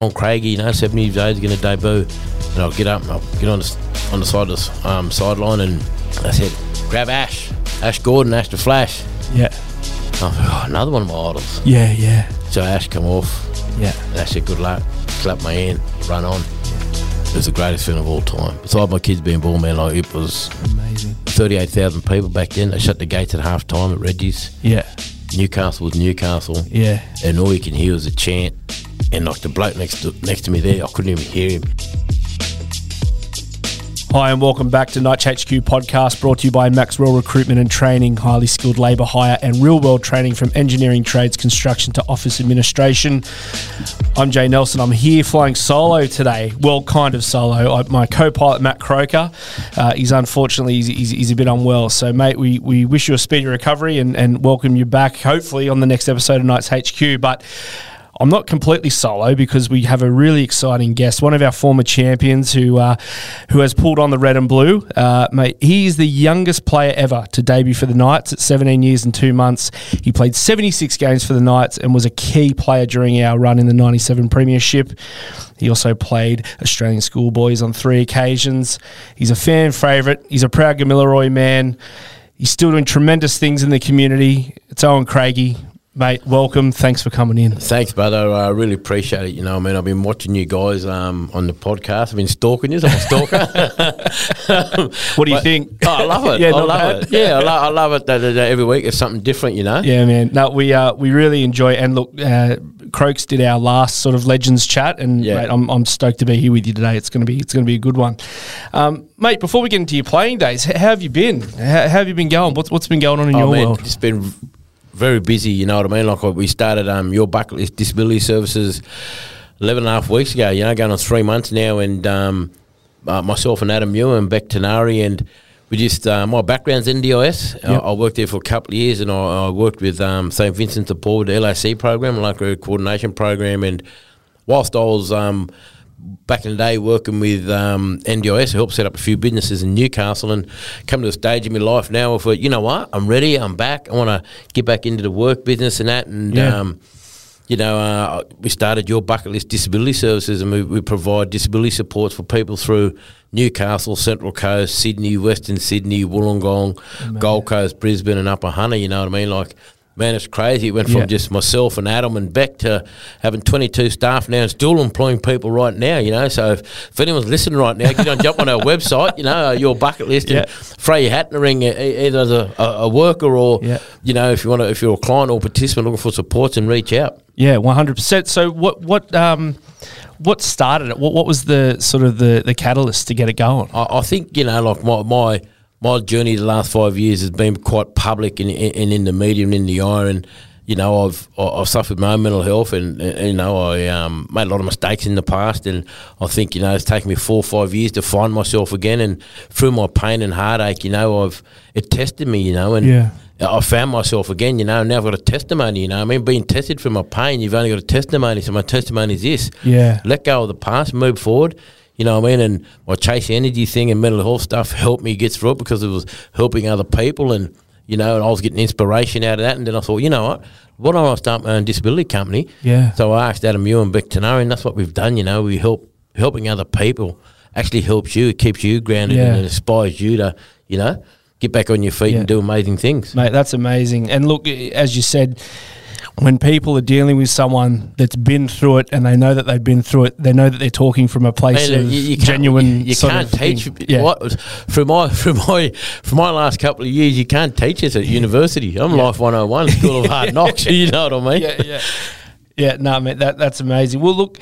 on Craigie, you know, 70 days going to debut. And I'll get up and I'll get on the, on the side of this, um, sideline and I said, grab Ash, Ash Gordon, Ash the Flash. Yeah. I was like, "Oh, another one of my idols. Yeah. Yeah. So Ash come off Yeah. and I said, good luck, clap my hand, run on. It was the greatest film of all time. Besides my kids being born, man, like it was Amazing. 38,000 people back then. They shut the gates at half time at Reggie's. Yeah. Newcastle was Newcastle. Yeah. and all you can hear was a chant. And like the bloke next to next to me there, I couldn't even hear him. Hi, and welcome back to Notch HQ podcast brought to you by Maxwell Recruitment and Training, highly skilled labour hire and real world training from engineering trades, construction to office administration. I'm Jay Nelson. I'm here flying solo today. Well, kind of solo. I, my co pilot, Matt Croker, uh, he's unfortunately he's, he's, he's a bit unwell. So, mate, we, we wish you a speedy recovery and, and welcome you back, hopefully, on the next episode of Nights HQ. But I'm not completely solo because we have a really exciting guest, one of our former champions who uh, who has pulled on the red and blue. Uh, mate, he is the youngest player ever to debut for the Knights at 17 years and two months. He played 76 games for the Knights and was a key player during our run in the 97 Premiership. He also played Australian schoolboys on three occasions. He's a fan favourite. He's a proud Gamilaroi man. He's still doing tremendous things in the community. It's Owen Craigie. Mate, welcome. Thanks for coming in. Thanks, brother. I really appreciate it. You know, I mean, I've been watching you guys um, on the podcast. I've been stalking you. I'm a stalker. What do you But- think? Oh, I love it. Yeah, I not love bad. it. Yeah, I, lo- I love it that, that every week it's something different. You know. Yeah, man. No, we uh, we really enjoy and look. Uh, Croaks did our last sort of legends chat, and Yeah. mate, I'm, I'm stoked to be here with you today. It's gonna be it's gonna be a good one, um, mate. Before we get into your playing days, h- how have you been? How, how have you been going? What's what's been going on in I your mean, world? Oh, it's been very busy. You know what I mean? Like we started um, your bucket list disability services 11 and a half weeks ago. You know, going on three months now, and um, uh, myself and Adam Ewan and Beck Tanari and we just uh, my background's NDIS. I, Yep. I worked there for a couple of years, and I, I worked with um, St Vincent de Paul, the LAC program, like a coordination program, and whilst I was um, back in the day working with um, NDIS, I helped set up a few businesses in Newcastle and come to a stage in my life now where, you know what, I'm ready, I'm back, I want to get back into the work business and that. And, Yeah. um, you know, uh, we started Your Bucket List Disability Services and we, we provide disability supports for people through Newcastle, Central Coast, Sydney, Western Sydney, Wollongong, Gold Coast, Brisbane and Upper Hunter, you know what I mean? Like, man, it's crazy. It went from Yeah. just just myself and Adam and Beck to having 22 staff now and still employing people right now, you know. So if, if anyone's listening right now, get on, jump on our website, you know, uh, your bucket list Yeah. and throw your hat in the ring, e- e- either as a, a, a worker or, Yeah. you know, if you want to, if you're a client or participant looking for supports and reach out. Yeah, 100. percent So what what um what started it? What what was the sort of the the catalyst to get it going? I, I think you know, like my my my journey the last five years has been quite public and in, in, in the media and in the eye, and you know, I've I- I've suffered my own mental health, and, and you know, I um, made a lot of mistakes in the past, and I think you know, it's taken me four or five years to find myself again, and through my pain and heartache, you know, I've it tested me, you know, and Yeah. I found myself again, you know, and now I've got a testimony, you know. what I mean, being tested for my pain, you've only got a testimony, so my testimony is this. Yeah. Let go of the past, move forward. You know what I mean? And my chase energy thing and mental health stuff helped me get through it because it was helping other people and you know, and I was getting inspiration out of that and then I thought, you know what? Why don't I start my own disability company? Yeah. So I asked Adam Ewan Beck to know and that's what we've done, you know, we help helping other people actually helps you, it keeps you grounded Yeah. and it inspires you to, you know, get back on your feet Yeah. and do amazing things. Mate, that's amazing. And look, as you said, when people are dealing with someone that's been through it and they know that they've been through it, they know that they're talking from a place Man, of uh, you- you can't- genuine. You, you sort can't of thing. teach Yeah. what for my for my for my last couple of years. You can't teach us at university. I'm life 101, school of hard knocks. You know what I mean? yeah, yeah, yeah. No, mate, that that's amazing. Well, look,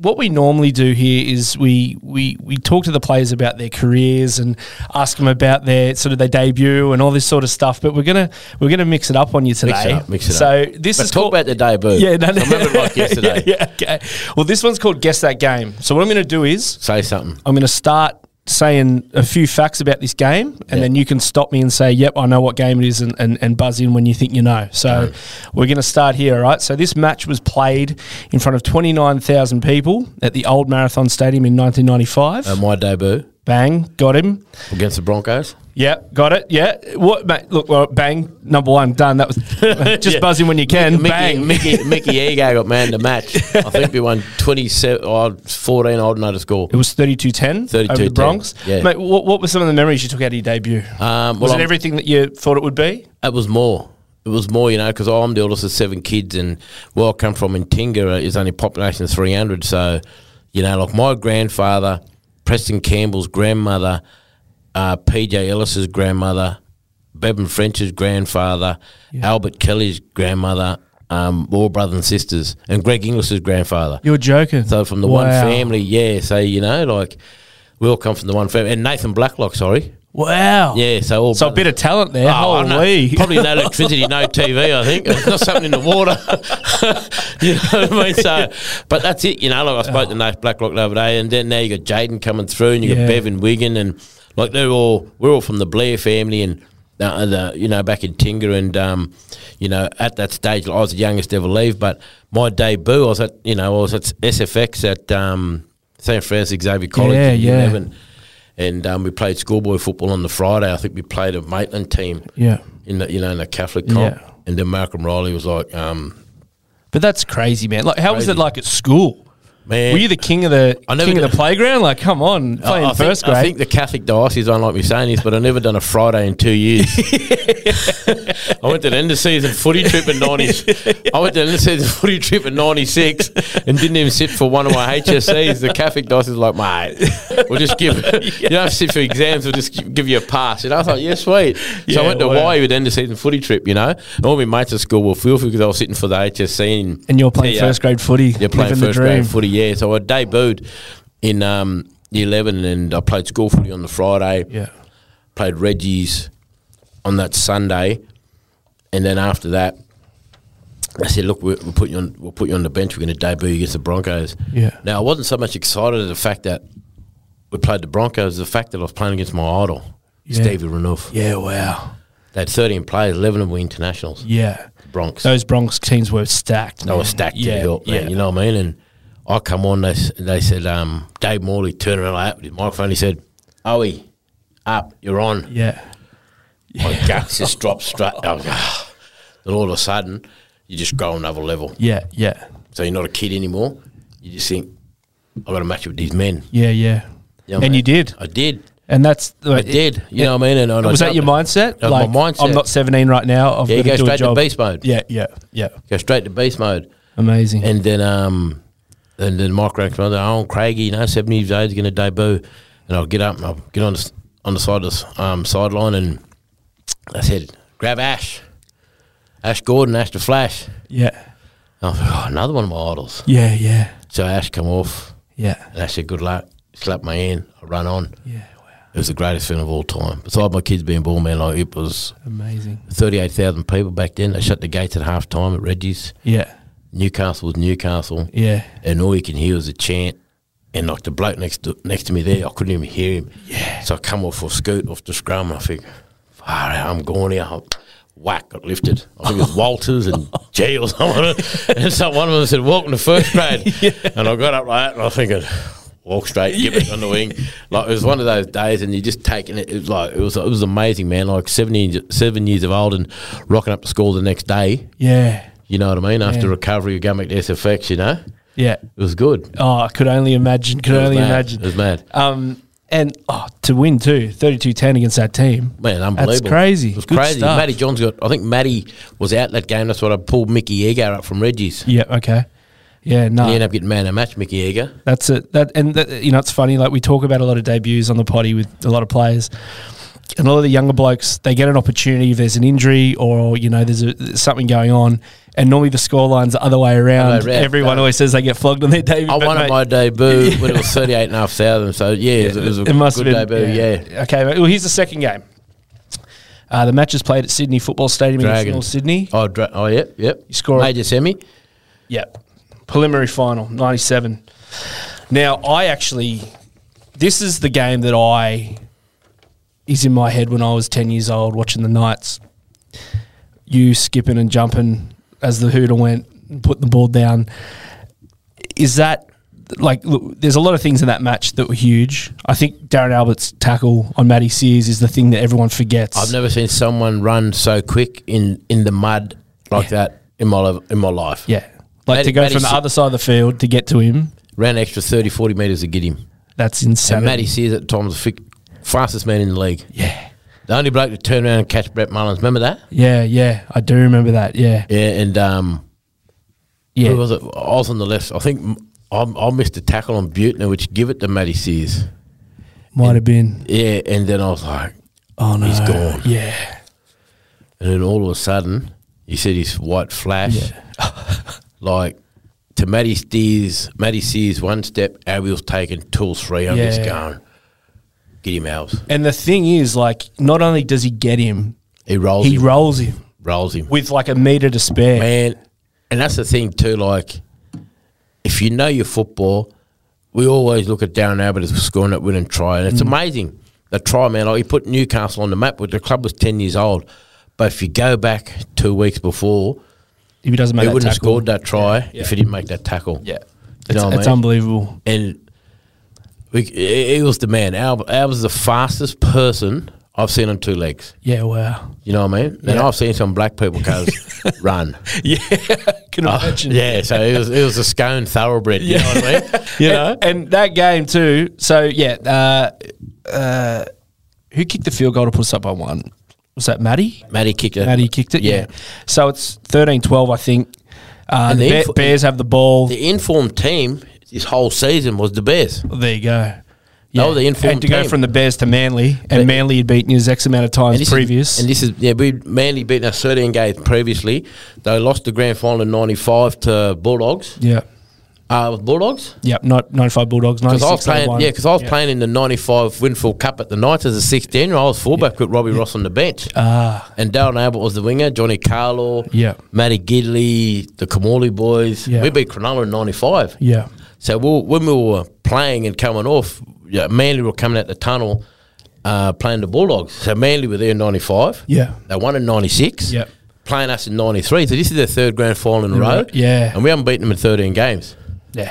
what we normally do here is we we we talk to the players about their careers and ask them about their sort of their debut and all this sort of stuff. But we're gonna we're gonna mix it up on you today. Mix it up. Mix it so up. this But is talk called, about the debut. Yeah, no, I no. remember it like yesterday. yeah, yeah, okay. Well, this one's called Guess That Game. So what I'm going to do is Say something. I'm going to start saying a few facts about this game, and then you can stop me and say, "Yep, I know what game it is," and, and, and buzz in when you think you know. So we're going to start here, all right? So this match was played in front of 29,000 people at the Old Marathon Stadium in 1995. Uh, my debut. Bang, got him. against the Broncos. Yeah, got it. Yeah, what? Mate, look, well, bang, number one, done. That was just Yeah. buzzing when you can. Mickey, bang, Mickey, Mickey Ego got man to match. I think we won 27, oh, 14, I don't know the score. It was 32-10 over the 32-10, Bronx. yeah. Mate, what, what were some of the memories you took out of your debut? Um, was well, it I'm- everything that you thought it would be? It was more. It was more, you know, because I'm the oldest of seven kids, and where I come from in Tinga is only population 300. So, you know, like my grandfather, Preston Campbell's grandmother, uh, PJ Ellis's grandmother, Bevan French's grandfather, Albert Kelly's grandmother, um, all brothers and sisters, and Greg English's grandfather. You're joking. So from the one family, yeah. So you know, like we all come from the one family, and Nathan Blacklock, sorry, Wow. yeah. So all So a brothers- bit of talent there. Oh, I don't know. Holy. Probably no electricity, no TV. I think There's not something in the water. you know what I mean? So, but that's it. You know, like I spoke to Nate Blacklock the other day, and then now you got Jaden coming through, and you Yeah. got Bevan Wigan, and like they're all we're all from the Blair family, and uh, the, you know back in Tinga, and um, you know at that stage I was the youngest to ever leave, but my debut I was at you know I was at SFX at um, St Francis Xavier College, Yeah, in yeah. 11, and um, we played schoolboy football on the Friday. I think we played a Maitland team Yeah. in the you know in the Catholic comp. Yeah. And then Malcolm Riley was like, um, But that's crazy, man. Like, how was Crazy. it like at school? man, Were you the king of the I never king of did- the playground? Like, come on, I- playing I, think, first I grade. think the Catholic diocese don't like me saying this, but I've never done a Friday in two years. I went to the end of season footy trip in ninety. I went to the end of season footy trip in '96 and didn't even sit for one of my HSCs. The Catholic diocese is like, mate, we'll just give you don't have to sit for exams. We'll just gi- give you a pass. And I was like, yeah, sweet. So Yeah, I went to wow. Hawaii with the end of season footy trip, you know, and all my mates at school were fearful because I was sitting for the HSC and and you're playing Yeah, yeah. first grade footy. Yeah, playing living first the dream. grade footy. Yeah, so I debuted in um, year eleven, and I played school footy on the Friday. Yeah. played Reggie's on that Sunday, and then after that, I said, "Look, we're, we'll put you on. We'll put you on the bench. We're going to debut against the Broncos." Yeah. Now I wasn't so much excited at the fact that we played the Broncos, the fact that I was playing against my idol, Yeah. Stevie Renouf. Yeah. Wow. They had thirteen players, eleven of them were internationals. Yeah. Bronx. Those Bronx teams were stacked. They were man. stacked to Yeah, the hilt, man. yeah. You know what I mean? And I come on, they, s- they said, um, Dave Morley turned around like that with his microphone. He said, Owie, up, you're on. Yeah. My guts just dropped straight. I was, ah. And all of a sudden, you just go another level. Yeah. Yeah. So you're not a kid anymore. You just think, I've got to match up with these men. Yeah. Yeah. You know what and I you mean? did. I did. And that's I did. You know what I mean? And, and I was that jumped- your mindset? That was my mindset. I'm not 17 right now. I've Yeah, you got go to do a straight to job. beast mode. Yeah, yeah, yeah. Go straight to beast mode. Amazing. And then um, and then Mike Rank mother, oh Craigie, you know, seventy years old, he's going to debut. And I'll get up and I'll get on the, s- on the side of the s- um, sideline and I said, grab Ash, Ash Gordon, Ash the Flash. yeah, And I thought, oh, another one of my idols. yeah, yeah, So Ash come off yeah, and I said, good luck. Slapped my hand, I run on. yeah. Wow, It was the greatest thing of all time. Besides my kids being born, man, like it was amazing. 38,000 people back then. They shut the gates at half time at Reggie's. Yeah, Newcastle was Newcastle. yeah, and all you can hear is a chant. And like the bloke next to, next to me there, I couldn't even hear him. Yeah. So I come off a scoot off the scrum. I think, far out, I'm going here. I- Whack, got lifted. I think it was Walters and G or someone. And so one of them said, Welcome to first grade. And I got up like that and I was thinking, Walk straight, give it on the wing. Like it was one of those days, and you're just taking it. It was like it was, it was amazing, man. Like 17, seven years of old and rocking up to school the next day. yeah, You know what I mean? After Yeah. recovery, you're going back to SFX, you know? yeah. It was good. Oh, I could only imagine. Could It was only mad. imagine. It was mad. Um, and oh, to win too, 32-10 against that team. Man, unbelievable. crazy. It was Good crazy. stuff. Matty John's got, I think Matty was out that game. That's what I pulled Mickey Eager up from Reggie's. Yeah. Okay. Yeah. No. He ended up getting man of the match, Mickey Eager. That's it. That and that, you know it's funny. Like we talk about a lot of debuts on the potty with a lot of players, and a lot of the younger blokes they get an opportunity if there's an injury or you know there's, a, there's something going on, and normally the scoreline's the other way around. Other way around. Everyone always says they get flogged on their debut. I but won mate, at my debut when it was 38,500. So, yeah, it was, it was a good debut. Yeah. Okay. Well, here's the second game. Uh, the match is played at Sydney Football Stadium in Dragons. North Sydney. Oh, dra- oh, yep, yep. You score- Major semi. Yep. Preliminary final, 97. Now, I actually, this is the game that I, is in my head when I was 10 years old watching the Knights. You skipping and jumping as the hooter went and put the ball down. Is that like look, there's a lot of things in that match that were huge. I think Darren Albert's tackle on Matty Sears is the thing that everyone forgets. I've never seen someone run so quick in, in the mud like that in my li- in my life. yeah, like Matty- to go Matty from the Se- other side of the field to get to him. Ran an extra 30, 40 metres to get him. That's And insane. Matty Sears at the time was the fi- fastest man in the league. yeah, The only bloke to turn around and catch Brett Mullins. Remember that? yeah, yeah. I do remember that. Yeah, Yeah, and um, yeah. Who was it? I was on the left. I think I, I missed a tackle on Butner, which give it to Matty Sears. Might have been. Yeah, and then I was like, Oh no, He's gone. Yeah, and then all of a sudden, you see this white flash, like to Matty Sears. Matty Sears one step, Ariel's taken two or three. I'm just Yeah. going, get him out. and the thing is, like, not only does he get him, He rolls he him, rolls him rolls him, with like a meter to spare. man. And that's the thing too. Like, if you know your football, we always look at Darren Abbott as scoring that winning try, and Mm. it's amazing the try man. Like he put Newcastle on the map, but the club was ten years old. But if you go back two weeks before, If he doesn't he make that wouldn't have tackle, scored that try if he didn't make that tackle. yeah, you it's, know what it's I mean? unbelievable. and we, he he was the man. Al, Al was the fastest person I've seen on two legs. Yeah, wow. You know what I mean? And I've seen some black people cars run. Yeah, can imagine. Ah, Yeah, so it was it was a scone thoroughbred. You know what I mean? you know? and, and that game too. So yeah, uh, uh, who kicked the field goal to put us up by one? Was that Maddie? Matty kicked it. Maddie kicked it. Yeah. So it's 13-12, I think. Uh, And the the Bear- info- Bears have the ball. The informed team this whole season was the Bears. there you go. They were the informed and to go team. from the Bears to Manly, and Manly had beaten you X amount of And times this previous. Is, and this is yeah, we Manly beaten us thirteen games previously. They lost the grand final in ninety five to Bulldogs. yeah, Uh it was Bulldogs? yeah, not ninety-five Bulldogs, Because I was ninety-six. they playing won. yeah, because I was playing in the ninety five Winfield Cup at the night as a sixteen year old. I was fullback with Robbie Ross on the bench. Ah, and Darren Abbott was the winger, Johnny Carlo, Yeah. Matty Gidley, the Kamali boys. Yeah. We beat Cronulla in ninety five. yeah, So we when we were playing and coming off, yeah, Manly were coming out the tunnel uh, playing the Bulldogs. So Manly were there in 95. Yeah. They won in 96. Yep. Playing us in 93. So this is their third grand final in a row. Mm-hmm. Yeah. And we haven't beaten them in 13 games. yeah,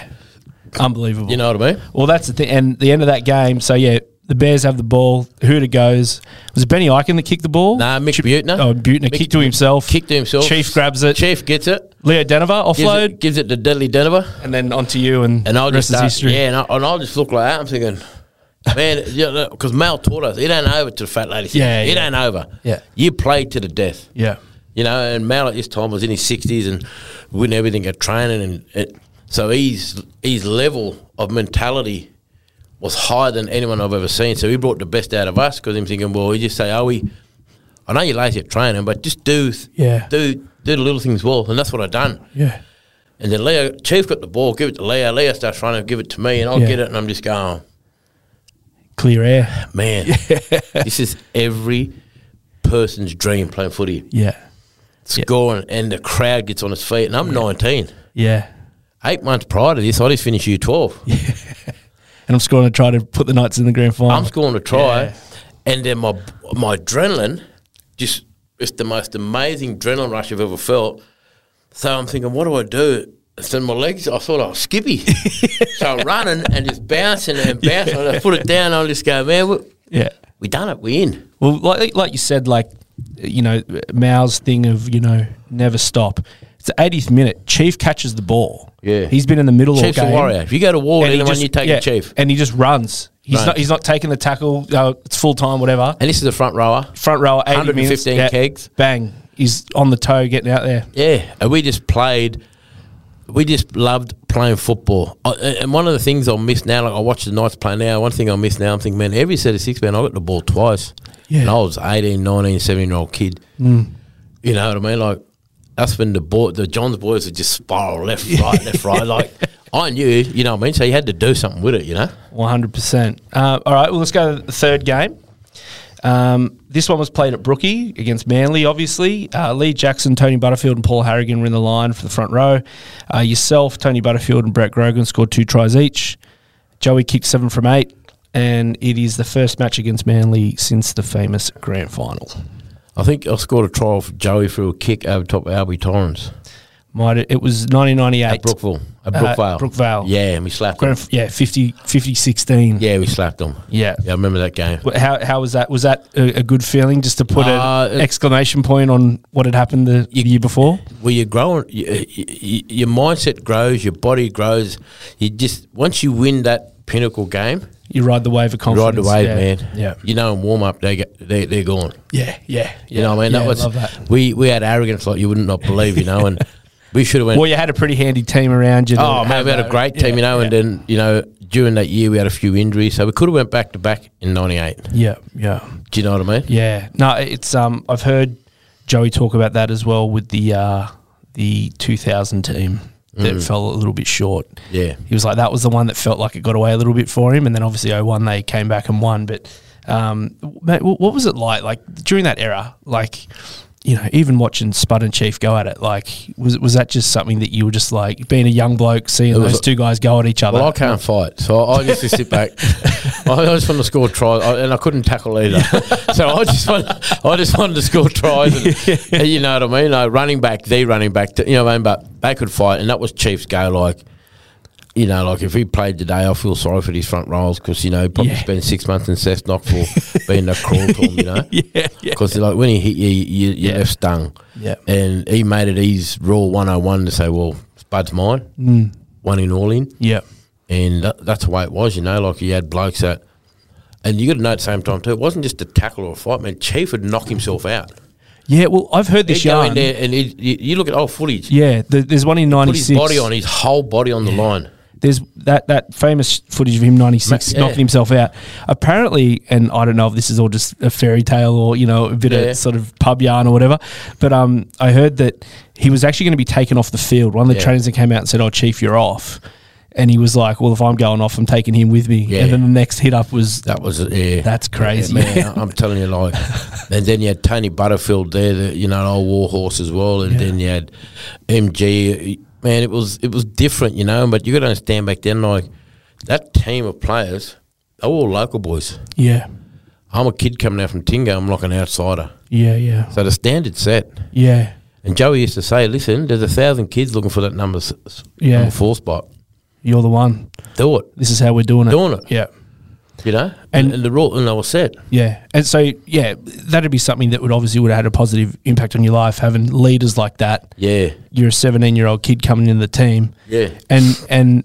unbelievable. You know what I mean? Well, that's the thing. And the end of that game, so yeah, the Bears have the ball. Huda goes. Was it Benny Eichen that kicked the ball? Nah, Mick Butner. Oh, Butner Mick kicked to himself. Kicked to himself. Chief grabs it. Chief gets it. Leo Denover Gives, offload, it, gives it to Deadly Denver. and then onto you, and, And I'll the just rest is start, history. Yeah, and, I, and I'll just look like that. I'm thinking, man, because Mal taught us, it ain't over to the fat lady. Yeah, it yeah. ain't over. Yeah. you played to the death. yeah, You know, and Mal at this time was in his sixties and winning everything at training, and it, so his his level of mentality was higher than anyone I've ever seen. So he brought the best out of us because I'm thinking, well, you just say, "Oh, we, I know you're lazy at training, but just do, th- Yeah. do do the little things well," and that's what I done. yeah, And then Leo Chief got the ball, give it to Leo. Leo starts running, give it to me, and I'll Yeah. get it, and I'm just going, Clear air. man, this is every person's dream playing footy. Yeah, scoring and the crowd gets on its feet. And I'm 19. yeah. Eight months prior to this, I just finished year 12. And I'm scoring to try to put the Knights in the grand final. I'm scoring a try, Yeah. and then my my adrenaline just it's the most amazing adrenaline rush I've ever felt. So I'm thinking, what do I do? So my legs, I thought I was Skippy. so I'm running and just bouncing and bouncing. And I put it down. I just go, man, we, yeah. we done it. We in. Well, like, like you said, like, you know, Mao's thing of, you know, never stop. It's the 80th minute. Chief catches the ball. Yeah. He's been in the middle Chief's a all game. warrior. If you go to war, he anyone just- you take yeah, a chief. And he just runs. He's Runs. not he's not taking the tackle. Uh, it's full time, whatever. And this is a front rower. Front rower, 80 minutes. 115 kegs. Bang. He's on the toe getting out there. Yeah, and we just played. We just loved playing football. I, and- and one of the things I miss now, like I watch the Knights play now, one thing I miss now, I'm thinking, man, every set of six, man, I got the ball twice. Yeah. And I was 18, 19, 17 year old kid. You know what I mean? Like, that's when the boy, the Johns boys would just spiral left, right, left, right. Like, I knew, you know what I mean? So you had to do something with it, you know? 100%. Uh, all right, well, let's go to the third game. Um, this one was played at Brookie against Manly, obviously. Uh, Lee Jackson, Tony Butterfield, and Paul Harrigan were in the line for the front row. Uh, yourself, Tony Butterfield, and Brett Grogan scored two tries each. Joey kicked seven from eight, and it is the first match against Manly since the famous grand final. I think I scored a try off Joey through a kick over top of Albie Torrens. Might it, it was 1998. At Brookville. At Uh, Brookvale. Brookvale. Yeah, and we slapped them. Grand, yeah, 50, 50 16. Yeah, we slapped them. Yeah. Yeah, I remember that game. Wh- How, how was that? Was that a, a good feeling just to put Uh, an it- exclamation point on what had happened the, the year before? Well, you're growing. y y your mindset grows. Your body grows. You just once you win that pinnacle game, You ride the wave of you ride confidence. the wave, yeah. man. Yeah. You know, in warm up, they get, they they're gone. Yeah. Yeah. You know what I mean? Yeah, that was love that. we we had arrogance like you wouldn't not believe. You know, and we should have went. Well, you had a pretty handy team around you. that Oh man, we had a that- great yeah, team, you know, and yeah. then you know during that year we had a few injuries, so we could have went back to back in '98. Yeah, yeah, Do you know what I mean? yeah. No, it's um. I've heard Joey talk about that as well with the uh the 2000 team that fell a little bit short. Mm. Yeah. he was like that was the one that felt like it got away a little bit for him, and then obviously 01 they came back and won. But um, mate, wh- what was it like like during that era? Like. You know, even watching Spud and Chief go at it, like was was that just something that you were just like being a young bloke, seeing was those a- two guys go at each other? Well, I can't fight, so I, I used to sit back. I just wanted to score tries, I, and I couldn't tackle either. so I just want, I just wanted to score tries, and, and you know what I mean. Like running back, the running back, you know what I mean. But they could fight, and that was Chiefs' go. Like, you know, like if he played today, I feel sorry for these front rows because you know he probably Yeah. spent six months in Cessnock for being a crawl to him, you know. yeah, yeah. Because like when he hit you, you, you Yeah. left stung. Yeah. And he made it his rule 101 to say, well, Spud's mine, mm. one in, all in. Yeah. And that, that's the way it was, you know. Like you had blokes that, and you got to know at the same time too. It wasn't just a tackle or a fight, man. Chief would knock himself out. Yeah, well, I've heard this He'd go in yarn. there, and he'd, you, you look at old footage. Yeah, the, there's one in Put his '96. body on, his whole body on the line. There's that that famous footage of him '96 Ma- yeah. knocking himself out. Apparently, and I don't know if this is all just a fairy tale or you know a bit Yeah. of sort of pub yarn or whatever, but um, I heard that he was actually going to be taken off the field. One of the Yeah. trainers that came out and said, "Oh, chief, you're off." And he was like, "Well, if I'm going off, I'm taking him with me." Yeah. And then the next hit up was, That was yeah. "That's crazy." Yeah, man, I'm telling you, like, and then you had Tony Butterfield there, the, you know, an old war horse as well, and then you had MG. Man, it was it was different, you know. But you got to understand back then, like, that team of players, they were all local boys. yeah, I'm a kid coming out from Tingo. I'm like an outsider. yeah, yeah, So the standard set. yeah. And Joey used to say, "Listen, there's a thousand kids looking for that number, s- s- Yeah. number four spot. You're the one. Do it, This is how we're doing it. Doing it. Yeah. you know." And, And- and the rule, and they were set. Yeah, and so yeah, that'd be something that would obviously would have had a positive impact on your life having leaders like that. Yeah, You're a 17 year old kid coming into the team, yeah, and and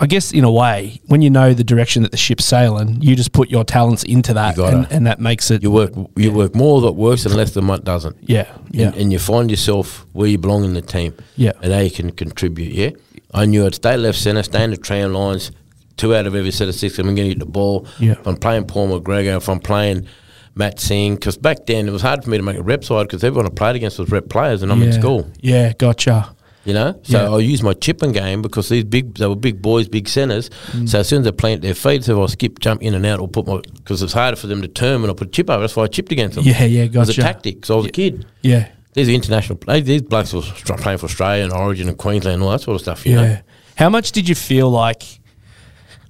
I guess in a way, when you know the direction that the ship's sailing, you just put your talents into that, gotta. and, and that makes it. you work you work more that works and less than what doesn't. yeah, yeah, And, and you find yourself where you belong in the team. Yeah. And how you can contribute, yeah? I knew I'd stay left centre, stay in the tram lines, two out of every set of six, I'm going to get the ball. Yeah. If I'm playing Paul McGregor, if I'm playing Matt Singh, because back then it was hard for me to make a rep side because everyone I played against was rep players and I'm yeah. in school, Yeah, gotcha. you know? So Yeah. I used my chipping game because these big, they were big boys, big centres. Mm. So as soon as they plant their feet, so if I skip, jump in and out, or put my, because it's harder for them to turn when I put a chip over. That's why I chipped against them. Yeah, yeah, It was gotcha. a tactic 'cause I was a kid. Yeah, These are international play. These blokes were stra- playing for Australia and Origin and Queensland and all that sort of stuff. You yeah. Know? How much did you feel like?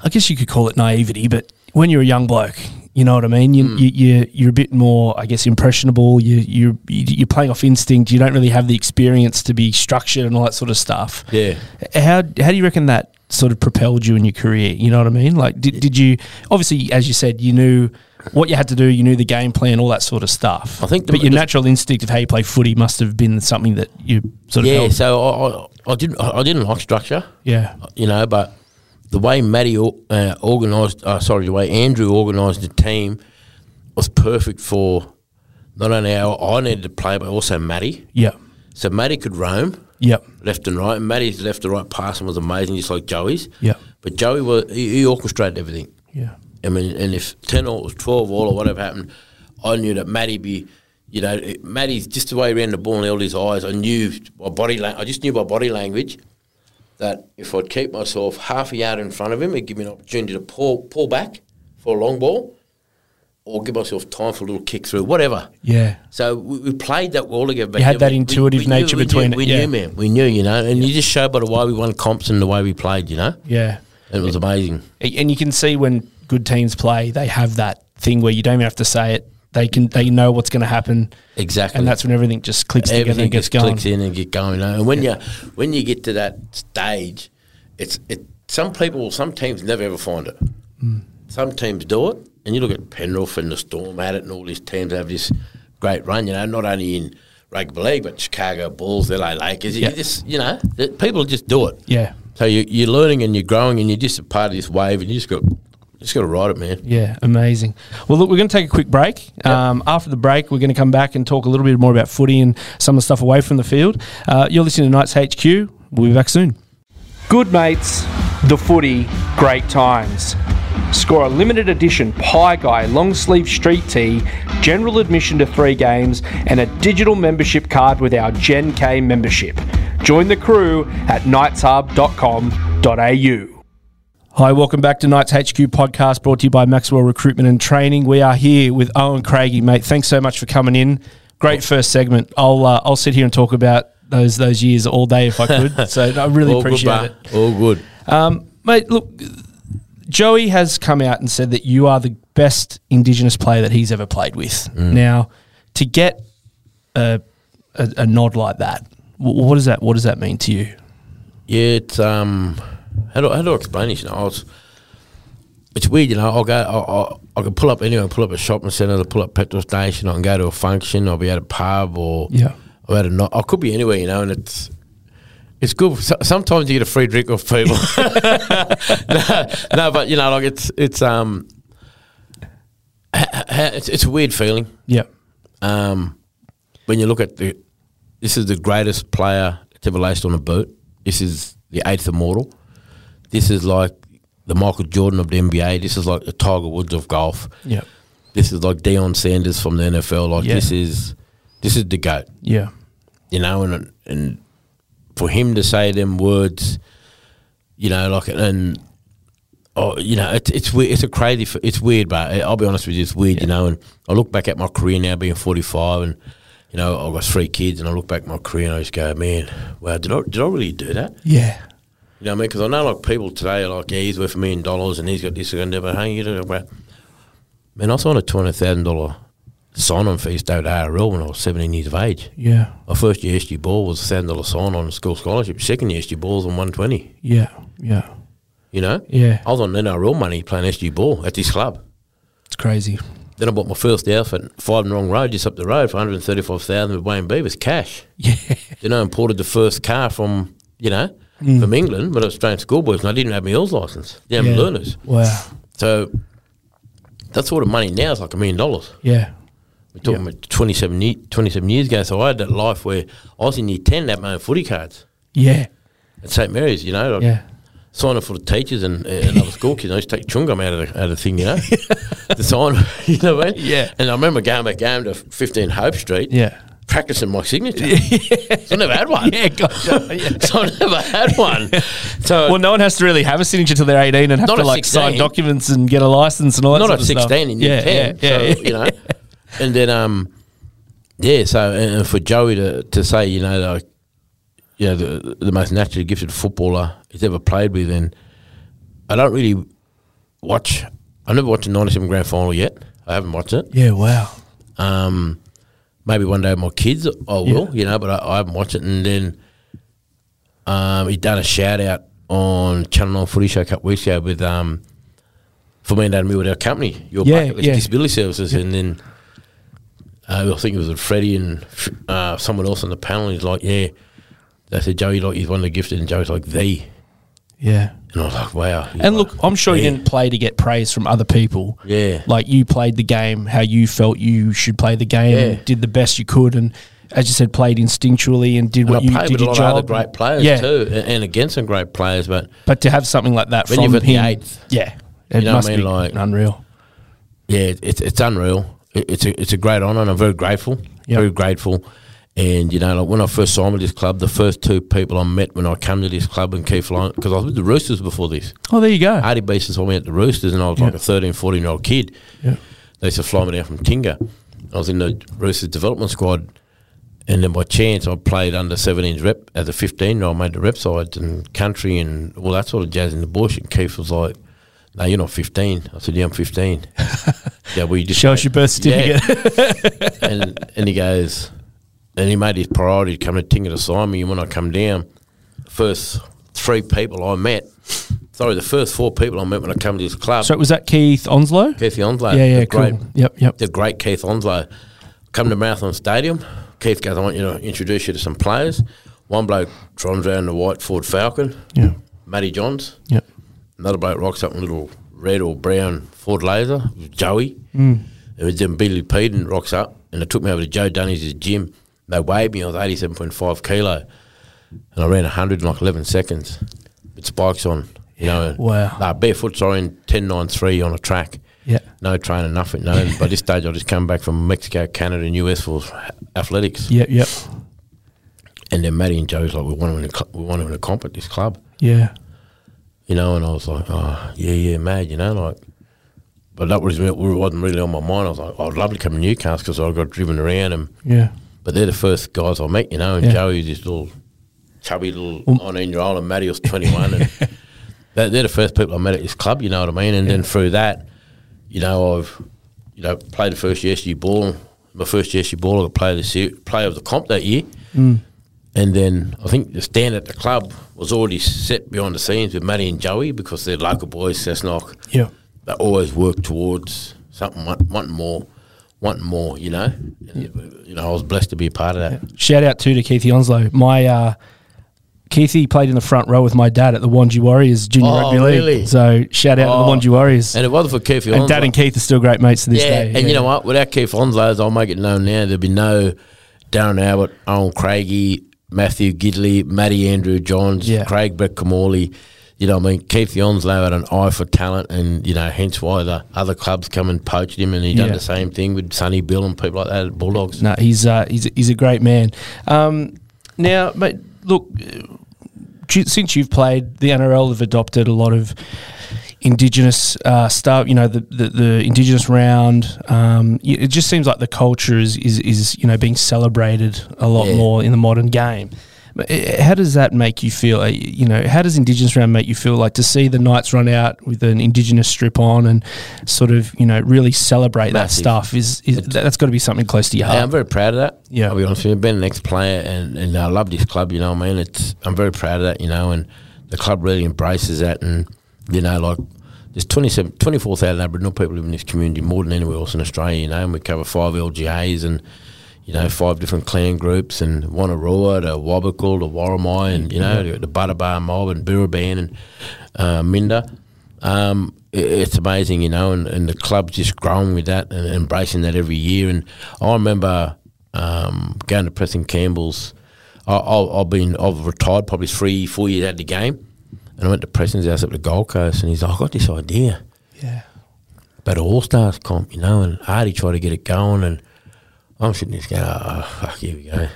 I guess you could call it naivety, but when you're a young bloke, you know what I mean. You, Hmm. you, you you're a bit more, I guess, impressionable. You you you're playing off instinct. You don't really have the experience to be structured and all that sort of stuff. Yeah. How how do you reckon that sort of propelled you in your career? You know what I mean? Like, did did you obviously, as you said, you knew. What you had to do, you knew the game plan, all that sort of stuff. I think the- but your the- natural instinct of how you play footy must have been something that you sort of, Yeah. held- So I, I, I didn't. I I didn't like structure. yeah, You know, but the way Matty or- uh, organised, uh, sorry, the way Andrew organised the team was perfect for not only how I needed to play, but also Matty. yeah, So Matty could roam yeah, left and right. And Matty's left to right passing was amazing, just like Joey's. Yeah. But Joey was he, he orchestrated everything. yeah. I mean, and if 10 or it was 12 all or whatever happened, I knew that Matty be, you know, it- Matty's just the way he ran the ball and held his eyes. I knew my body language, I just knew by body language that if I'd keep myself half a yard in front of him, it'd give me an opportunity to pull, pull back for a long ball or give myself time for a little kick through, whatever. Yeah. So we, we played that well together. but You had yeah, that we- we- intuitive we knew- nature we knew- between it, We yeah. knew, man. We knew, you know, and you just showed by the way we won comps and the way we played, you know. Yeah. It was amazing. And you can see when good teams play, they have that thing where you don't even have to say it. They can they know what's going to happen, Exactly. and that's when everything just clicks together everything and gets just going. clicks in and get going. you know. And when you when you get to that stage, it's it. Some people, some teams never ever find it. Mm. Some teams do it, and you look at Penrith and the Storm at it, and all these teams have this great run. You know, not only in rugby league, but Chicago Bulls, LA Lakers. You Yeah. just you know, that people just do it. Yeah, So you, you're learning and you're growing, and you're just a part of this wave, and you just got just got to ride it, man. yeah, amazing. Well, look, we're going to take a quick break. Um, after the break, we're going to come back and talk a little bit more about footy and some of the stuff away from the field. Uh, you're listening to Knights HQ. We'll be back soon. Good mates, the footy, great times. Score a limited edition Pie Guy long sleeve street tee, general admission to three games, and a digital membership card with our Gen K membership. Join the crew at knightshub.com.au. Hi, welcome back to Knights HQ podcast brought to you by Maxwell Recruitment and Training. We are here with Owen Craigie, mate. Thanks so much for coming in. Great first segment. I'll uh, I'll sit here and talk about those those years all day if I could. So I really all appreciate it. good, mate. All good. Mate, look, Joey has come out and said that you are the best Indigenous player that he's ever played with. Now, to get a, a, a nod like that, wh- what does that what does that mean to you? Yeah, it's um, how do, how do I explain this? You know, I was, it's weird. You know, I'll go, I, I, I can pull up anywhere, pull up a shopping centre, I'll pull up petrol station, I can go to a function, I'll be at a pub, or Yeah. I'm at a night. I could be anywhere, you know, and it's. It's good. So- Sometimes you get a free drink off people. no, no, but you know, like it's it's um, h- h- it's, it's a weird feeling Yeah, um, when you look at the, this is the greatest player that's ever laced on a boot. This is the eighth immortal. This is like the Michael Jordan of the NBA. This is like the Tiger Woods of golf. yeah, This is like Deion Sanders from the NFL. Like Yeah. this is this is the goat yeah, you know, and and for him to say them words, you know, like and oh, you know, it's it's weird, it's a crazy, f- it's weird, but I- I'll be honest with you, it's weird, you know. And I look back at my career now, being forty five, and you know, I've got three kids, and I look back at my career and I just go, man, wow, did I did I really do that? yeah, You know what I mean? Because I know like people today are like, yeah, he's worth a million dollars and he's got this and that, but hey, you know, but man, I signed a two hundred thousand dollar sign on fee to ARL when I was seventeen years of age. yeah, My first year SG ball was a thousand dollar sign on a school scholarship. Second year SG ball was on one twenty. yeah, yeah. You know, Yeah. I was on NRL money playing SG ball at this club. It's crazy. Then I bought my first house at Five and Wrong Road, just up the road, for one hundred thirty five thousand with Wayne Beavers cash. Yeah, Then I imported the first car from you know from England, but it was Australian schoolboys, and I didn't have my Eels license. Down Mm. yeah. yeah. learners, Wow. so that sort of money now is like a million dollars. Yeah, We're talking about 27, ye- 27 years ago. So I had that life where I was in year ten, that my own footy cards yeah, at St Mary's. You know, like, yeah, sign up for the teachers and, uh, and other school kids. I used to take chungum out of the, out of the thing, you know, the sign, you know what I mean? Yeah. And I remember going back home to 15 Hope Street, yeah. practicing my signature. So I never had one. gotcha. So I never had one. So Well, no one has to really have a signature till they're 18 and have Not to at like sign 16. documents and get a license and all that not at sort of 16 stuff. in year 10. yeah, so, you know. And then, um, yeah, so and, and for Joey to, to say, you know, like, you know, the, the most naturally gifted footballer he's ever played with, and I don't really watch, I never watched the 97 grand final yet. I haven't watched it. yeah, wow. Um, maybe one day my kids, I will, you know, but I, I haven't watched it. And then um, he done a shout out on Channel 9 Footy Show a couple weeks ago with um, Fernando and me with our company, your Yeah, bucket list yeah. disability services. And then uh, I think it was with Freddie and uh, someone else on the panel. He's like, yeah. They said, Joey, like, he's one of the gifted. And Joey's like, the. Yeah. And I was like, wow. He's And like, look, I'm sure you Yeah. didn't play to get praise from other people. Yeah. Like you played the game how you felt you should play the game Yeah. and did the best you could and as you said, played instinctually and did and what I you played with did a your lot job. of other great players yeah. too, and, and against some great players, but But to have something like that When from you've got the him, eighth, yeah, it you know what must I mean, be like- unreal. yeah, it- it's it's unreal. It- It's a it's a great honour, and I'm very grateful. Yep. Very grateful. And you know, like when I first signed with this club, the first two people I met when I came to this club in Keith Lyon, because I was with the Roosters before this. Oh, there you go. Artie Beeson saw me at the Roosters, and I was like a 13, 14 year old kid. Yeah. They used to fly me down from Tinga. I was in the Roosters development squad, and then by chance, I played under 17s rep as a 15 year old, made the rep sides and country and all that sort of jazz in the bush. And Keith was like, No, you're not 15. I said, Yeah, I'm 15. Yeah, we just Show us your birth certificate. and and he goes, and he made his priority to come to Tinga to sign me. And when I come down, first three people I met, sorry, the first four people I met when I come to this club, So it was that Keith Onslow? Keith Onslow, yeah, yeah, the cool. great, Yep, yep. the great Keith Onslow, come to Marathon Stadium. Keith goes, I want you to introduce you to some players. One bloke drives around the white Ford Falcon, Yeah, Matty Johns. yeah. Another bloke rocks up in a little red or brown Ford Laser, it was Joey. Mm. It was then Billy Peden rocks up, and they took me over to Joe Dunny's gym. They weighed me, I was 87.5 kilo, and I ran 100 in like 11 seconds with spikes on, you know. Wow. Nah, barefoot, sorry, in 10.93 on a track. Yeah. No training, nothing. No, by this stage, I just come back from Mexico, Canada, and US for athletics. Yep, yep. And then Matty and Joe's like, we want him in a, cl- we want him in a comp at this club. Yeah. you know, and I was like, oh, yeah, yeah, mad, you know, like, but that was, it wasn't really on my mind. I was like, I'd love to come to Newcastle because I got driven around them, Yeah. but they're the first guys I met, you know, and Yeah. Joey was this little chubby little Um, 19 year old and Matty was 21. and they- they're the first people I met at this club, you know what I mean? And then through that, you know, I've, you know, played the first GSU ball, my first GSU ball, I played the se- player of the comp that year. Mm. And then I think the stand at the club was already set behind the scenes with Matty and Joey because they're local boys, Cessnock. Yeah. They always work towards something, want- wanting more, wanting more, you know. And, You know, I was blessed to be a part of that. Shout out too to Keithy Onslow. My uh, Keithy played in the front row with my dad at the Wandji Warriors Junior Oh, Rugby League. really? So shout out Oh. to the Wandji Warriors. And, And it wasn't for Keith dad and Keith are still great mates to this Yeah, day. and you know what? Without Keith Onslow's, I'll make it known now. There'd be no Darren Albert, Owen Craigie, Matthew Gidley, Matty Andrew Johns, Yeah. Craig Brett Camorley. You know, what I mean, Keith Onslow had an eye for talent, and you know, hence why the other clubs come and poached him, and he done Yeah. the same thing with Sonny Bill and people like that at Bulldogs. No, he's uh, he's he's a great man. Um, now, mate, look, uh, ju- since you've played, the NRL have adopted a lot of indigenous uh, stuff. You know, the the, the indigenous round. Um, y- it just seems like the culture is is, is you know being celebrated a lot Yeah. more in the modern game. But, uh, How does that make you feel? Uh, y- You know, how does Indigenous Round make you feel? Like to see the Knights run out with an Indigenous strip on and sort of, you know, really celebrate that Massive. stuff is, is that- that's got to be something close to your Yeah, heart. I'm very proud of that. Yeah. I'll be honest with you. Been an ex player and, and I love this club, you know what I mean? It's I'm very proud of that, you know, and the club really embraces that and you know, like there's 27 24,000 Aboriginal people live in this community more than anywhere else in Australia, you know, and we cover five LGAs and you know, five different clan groups and Wanarua to Wabakal to Warramai and, you know, the Butterbar Mob and Biriban and uh, Minda. Um, i it's amazing, you know, and, and the club's just growing with that and embracing that every year. And I remember um, going to Preston Campbell's. I, I, I've been, I've retired probably three, four years out of the game, and I went to Preston's house up the Gold Coast, and he's like, "I got this idea." Yeah. But All Stars comp, you know, and Hardy tried to get it going, and I'm sitting there going, oh, fuck, here we go.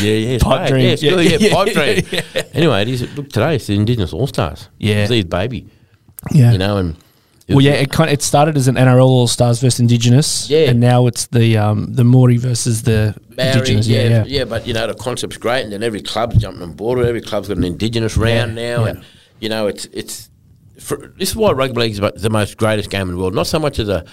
yeah, yeah, it's great. Pipe dream. Yeah, it's Yeah, good, yeah, yeah, pipe yeah, dream. Anyway, it is, look, today it's the Indigenous All Stars. Yeah. It's these baby, Yeah. you know, and. it well, was- yeah, it kind it started as an NRL All Stars versus Indigenous. Yeah. And now it's the um, the Maori versus the Maori, Indigenous. yeah, Yeah, yeah. But you know, the concept's great, and then every club's jumping on board. Every club's got an indigenous round now, and you know, it's it's. For, this is why rugby league is about the most greatest game in the world. Not so much as a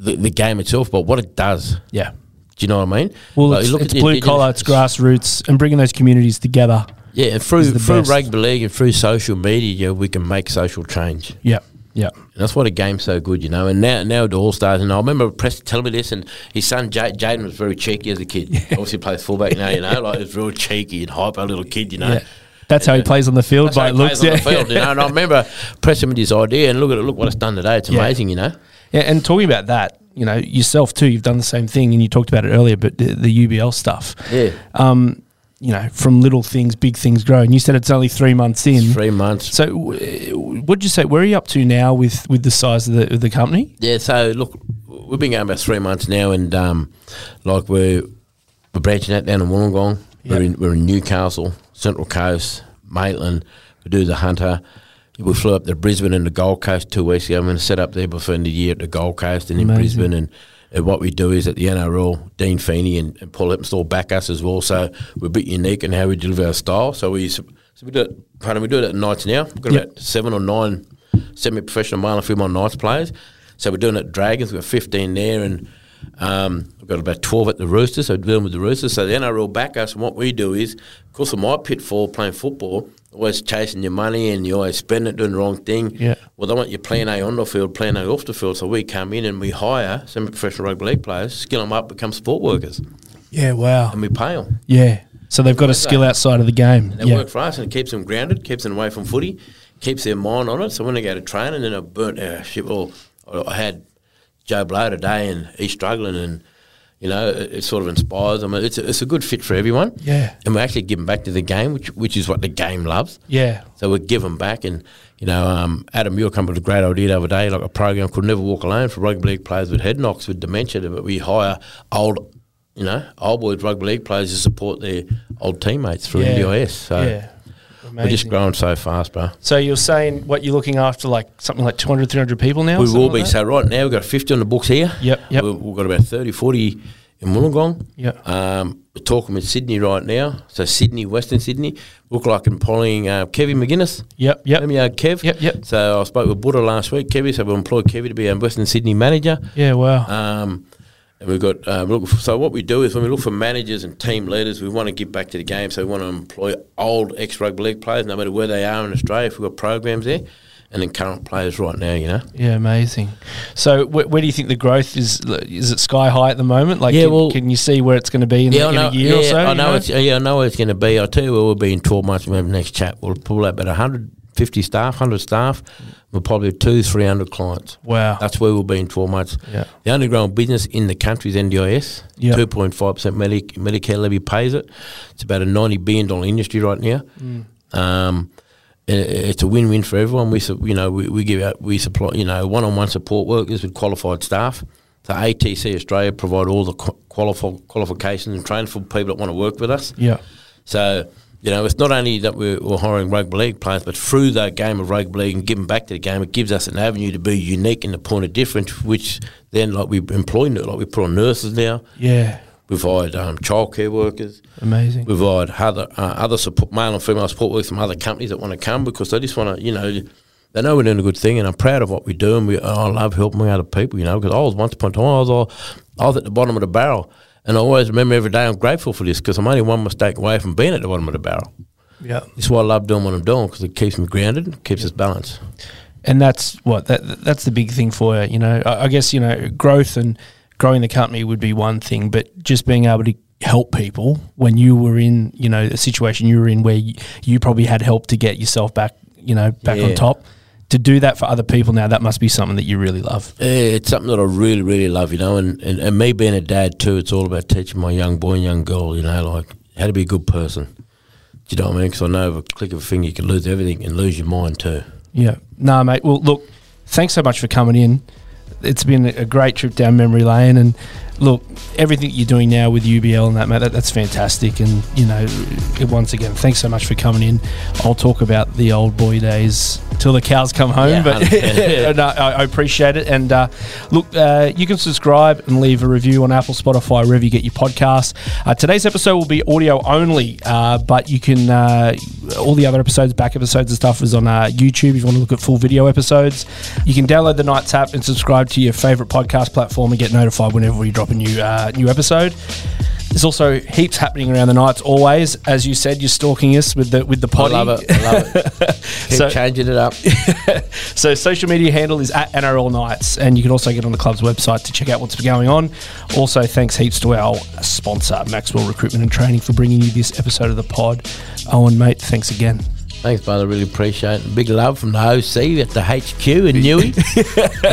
the, the game itself, but what it does. Do Yeah. you know what I mean? Well, Like, it's, you look at it's the blue indigenous- collar, it's grassroots, and bringing those communities together. Yeah, and through the through best. rugby league and through social media, yeah, we can make social change. Yeah, yeah, And that's why the game's so good, you know. And now, now the All Stars, and I remember Preston telling me this, and his son Ja- Jaden was very cheeky as a kid. Obviously plays fullback now, you know, like it's real cheeky and hyper little kid, you know. yeah. That's how he plays on the field. That's how by he it plays looks. on the Yeah. field, you know. And I remember Preston with his idea, and look at it, look what it's done today. It's Yeah. amazing, you know. Yeah, and talking about that, you know, yourself too, you've done the same thing and you talked about it earlier, but the, the UBL stuff. Yeah, Um, you know, from little things, big things grow. And you said it's only three months in. three months, So, w- what'd you say? Where are you up to now with, with the size of the, of the company? Yeah, so look, we've been going about three months now, and um, like we're we're branching out down in Wollongong. We're, Yep. in, we're in Newcastle, Central Coast, Maitland. We do the Hunter. We flew up to Brisbane and the Gold Coast two weeks ago. I'm going to set up there before the end of the year at the Gold Coast and in Amazing. Brisbane. And, and uh, what we do is at the NRL, Dean Feeney and, and Paul Heppenstall back us as well. So we're a bit unique in how we deliver our style. So we so we do it. Pardon, we do it at nights now. We've got Yep. about seven or nine semi-professional male and female nights players. So we're doing it at Dragons. We've got 15 there and um, we've got about 12 at the Roosters. So we're dealing with the Roosters. So the NRL back us. And what we do is, of course, in my pitfall playing football, always chasing your money and you always spend it doing the wrong thing. Yeah. Well, they want your plan A on the field, plan A off the field. So we come in and we hire some professional rugby league players, skill them up, become sport workers, Yeah, wow. and we pay them. Yeah. So they've got a skill outside of the game. They Yeah. work for us and it keeps them grounded, keeps them away from footy, keeps their mind on it. So when they go to training, then I burnt uh, shit. Well, I had Joe Blow today and he's struggling and, you know, it, it sort of inspires them. It's a, it's a good fit for everyone. Yeah. And we're actually giving back to the game, which, which is what the game loves. Yeah. So we give them back. And, you know, um, Adam, you were coming with a great idea the other day, like a program called Never Walk Alone for rugby league players with head knocks, with dementia. But we hire old, you know, old boys rugby league players to support their old teammates through Yeah. NDIS. So Yeah. we're just Amazing. growing so fast, bro. So you're saying what you're looking after, like something like 200, 300 people now? or We something will like be. that? So right now we've got 50 on the books here. Yep, yep. We- We've got about 30, 40 in Wollongong. Yep. Um, we're talking with Sydney right now. So Sydney, Western Sydney. Look like employing uh, Kevin McGuinness. Yep, yep. Let me know, Kev. Yep, yep. So I spoke with Buddha last week, Kevy. So we employed Kevy to be our Western Sydney manager. Yeah, wow. Um, and we've got um, look. So what we do is when we look for managers and team leaders, we want to give back to the game. So we want to employ old ex rugby league players, no matter where they are in Australia. If we've got programs there, and then current players right now, you know. yeah, amazing. So, wh- where do you think the growth is? Is it sky high at the moment? Like, Yeah, can, well- can you see where it's going to be in, Yeah, the, in I know. a year yeah, or so? I you know. It's, yeah, I know where it's going to be. I'll tell you where we'll be in twelve months. Remember, next chat we'll pull out about hundred fifty staff, hundred staff. We'll probably have two, three hundred clients. Wow. That's where we'll be in 12 months. Yeah. The underground business in the country is NDIS. Yeah. 2.5% Medi- Medicare levy pays it. It's about a $90 billion industry right now. Mm. Um, i- it's a win-win for everyone. We, su- you know, we, we give out, we supply, you know, one-on-one support workers with qualified staff. So ATC Australia provide all the qu- qualifi- qualifications and training for people that want to work with us. yeah. So, you know, it's not only that we're, we're hiring rugby league players, but through that game of rugby league and giving back to the game, it gives us an avenue to be unique in the point of difference, which then, like, we employ, like, we put on nurses now, Yeah. we've hired um, childcare workers, Amazing. we've hired other, uh, other support, male and female support workers from other companies that want to come because they just want to, you know, they know we're doing a good thing, and I'm proud of what we do, and we, oh, I love helping other people, you know, because I was once upon a time, I was, all, I was at the bottom of the barrel. And I always remember every day I'm grateful for this because I'm only one mistake away from being at the bottom of the barrel. Yeah. That's why I love doing what I'm doing because it keeps me grounded, keeps us balanced. and that's what that that's the big thing for you. You know, I, I guess you know growth and growing the company would be one thing, but just being able to help people when you were in you know a situation you were in where you, you probably had help to get yourself back you know back on Yeah. top. To do that for other people now, that must be something that you really love. Yeah, It's something that I really, really love, you know, and, and, and me being a dad too, it's all about teaching my young boy and young girl, you know, like how to be a good person. Do you know what I mean? Because I know with a click of a finger you can lose everything and lose your mind too. Yeah. No, mate. Well, look, thanks so much for coming in. It's been a great trip down memory lane, and look, everything you're doing now with UBL and that, mate, that, that's fantastic. And you know, once again, thanks so much for coming in. I'll talk about the old boy days till the cows come home, Yeah, but 100%. no, uh, I, I appreciate it. And uh, look, uh, you can subscribe and leave a review on Apple, Spotify, wherever you get your podcasts. Uh, today's episode will be audio only, uh, but you can uh, all the other episodes, back episodes and stuff, is on uh, YouTube. If you want to look at full video episodes, you can download the Nights app and subscribe to your favorite podcast platform and get notified whenever we drop a new uh, new episode. There's also heaps happening around the nights. Always, as you said, you're stalking us with the with the potty. I love it. I love it. Keep So- changing it up. So social media handle is at NRL Nights, and you can also get on the club's website to check out what's going on. Also, thanks heaps to our sponsor, Maxwell Recruitment and Training, for bringing you this episode of the pod. Owen, mate, thanks again. Thanks, brother. Really appreciate it. Big love from the OC at the HQ in Newey.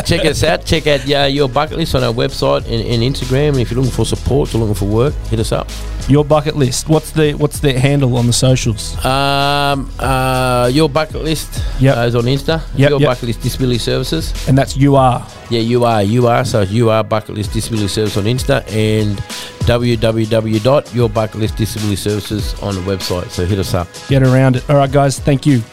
check us out. Check out uh, your bucket list on our website and, and Instagram. And if you're looking for support or looking for work, hit us up. Your bucket list. What's the what's the handle on the socials? Um, uh, your bucket list Yep. uh, is on Insta. Yep, your yep. bucket list disability services. And that's you are. Yeah, you are. You are. So you are bucket list disability service on Insta and www.yourbucketlistdisabilityservices on the website. So hit us up. Get around it. All right, guys. Thank you.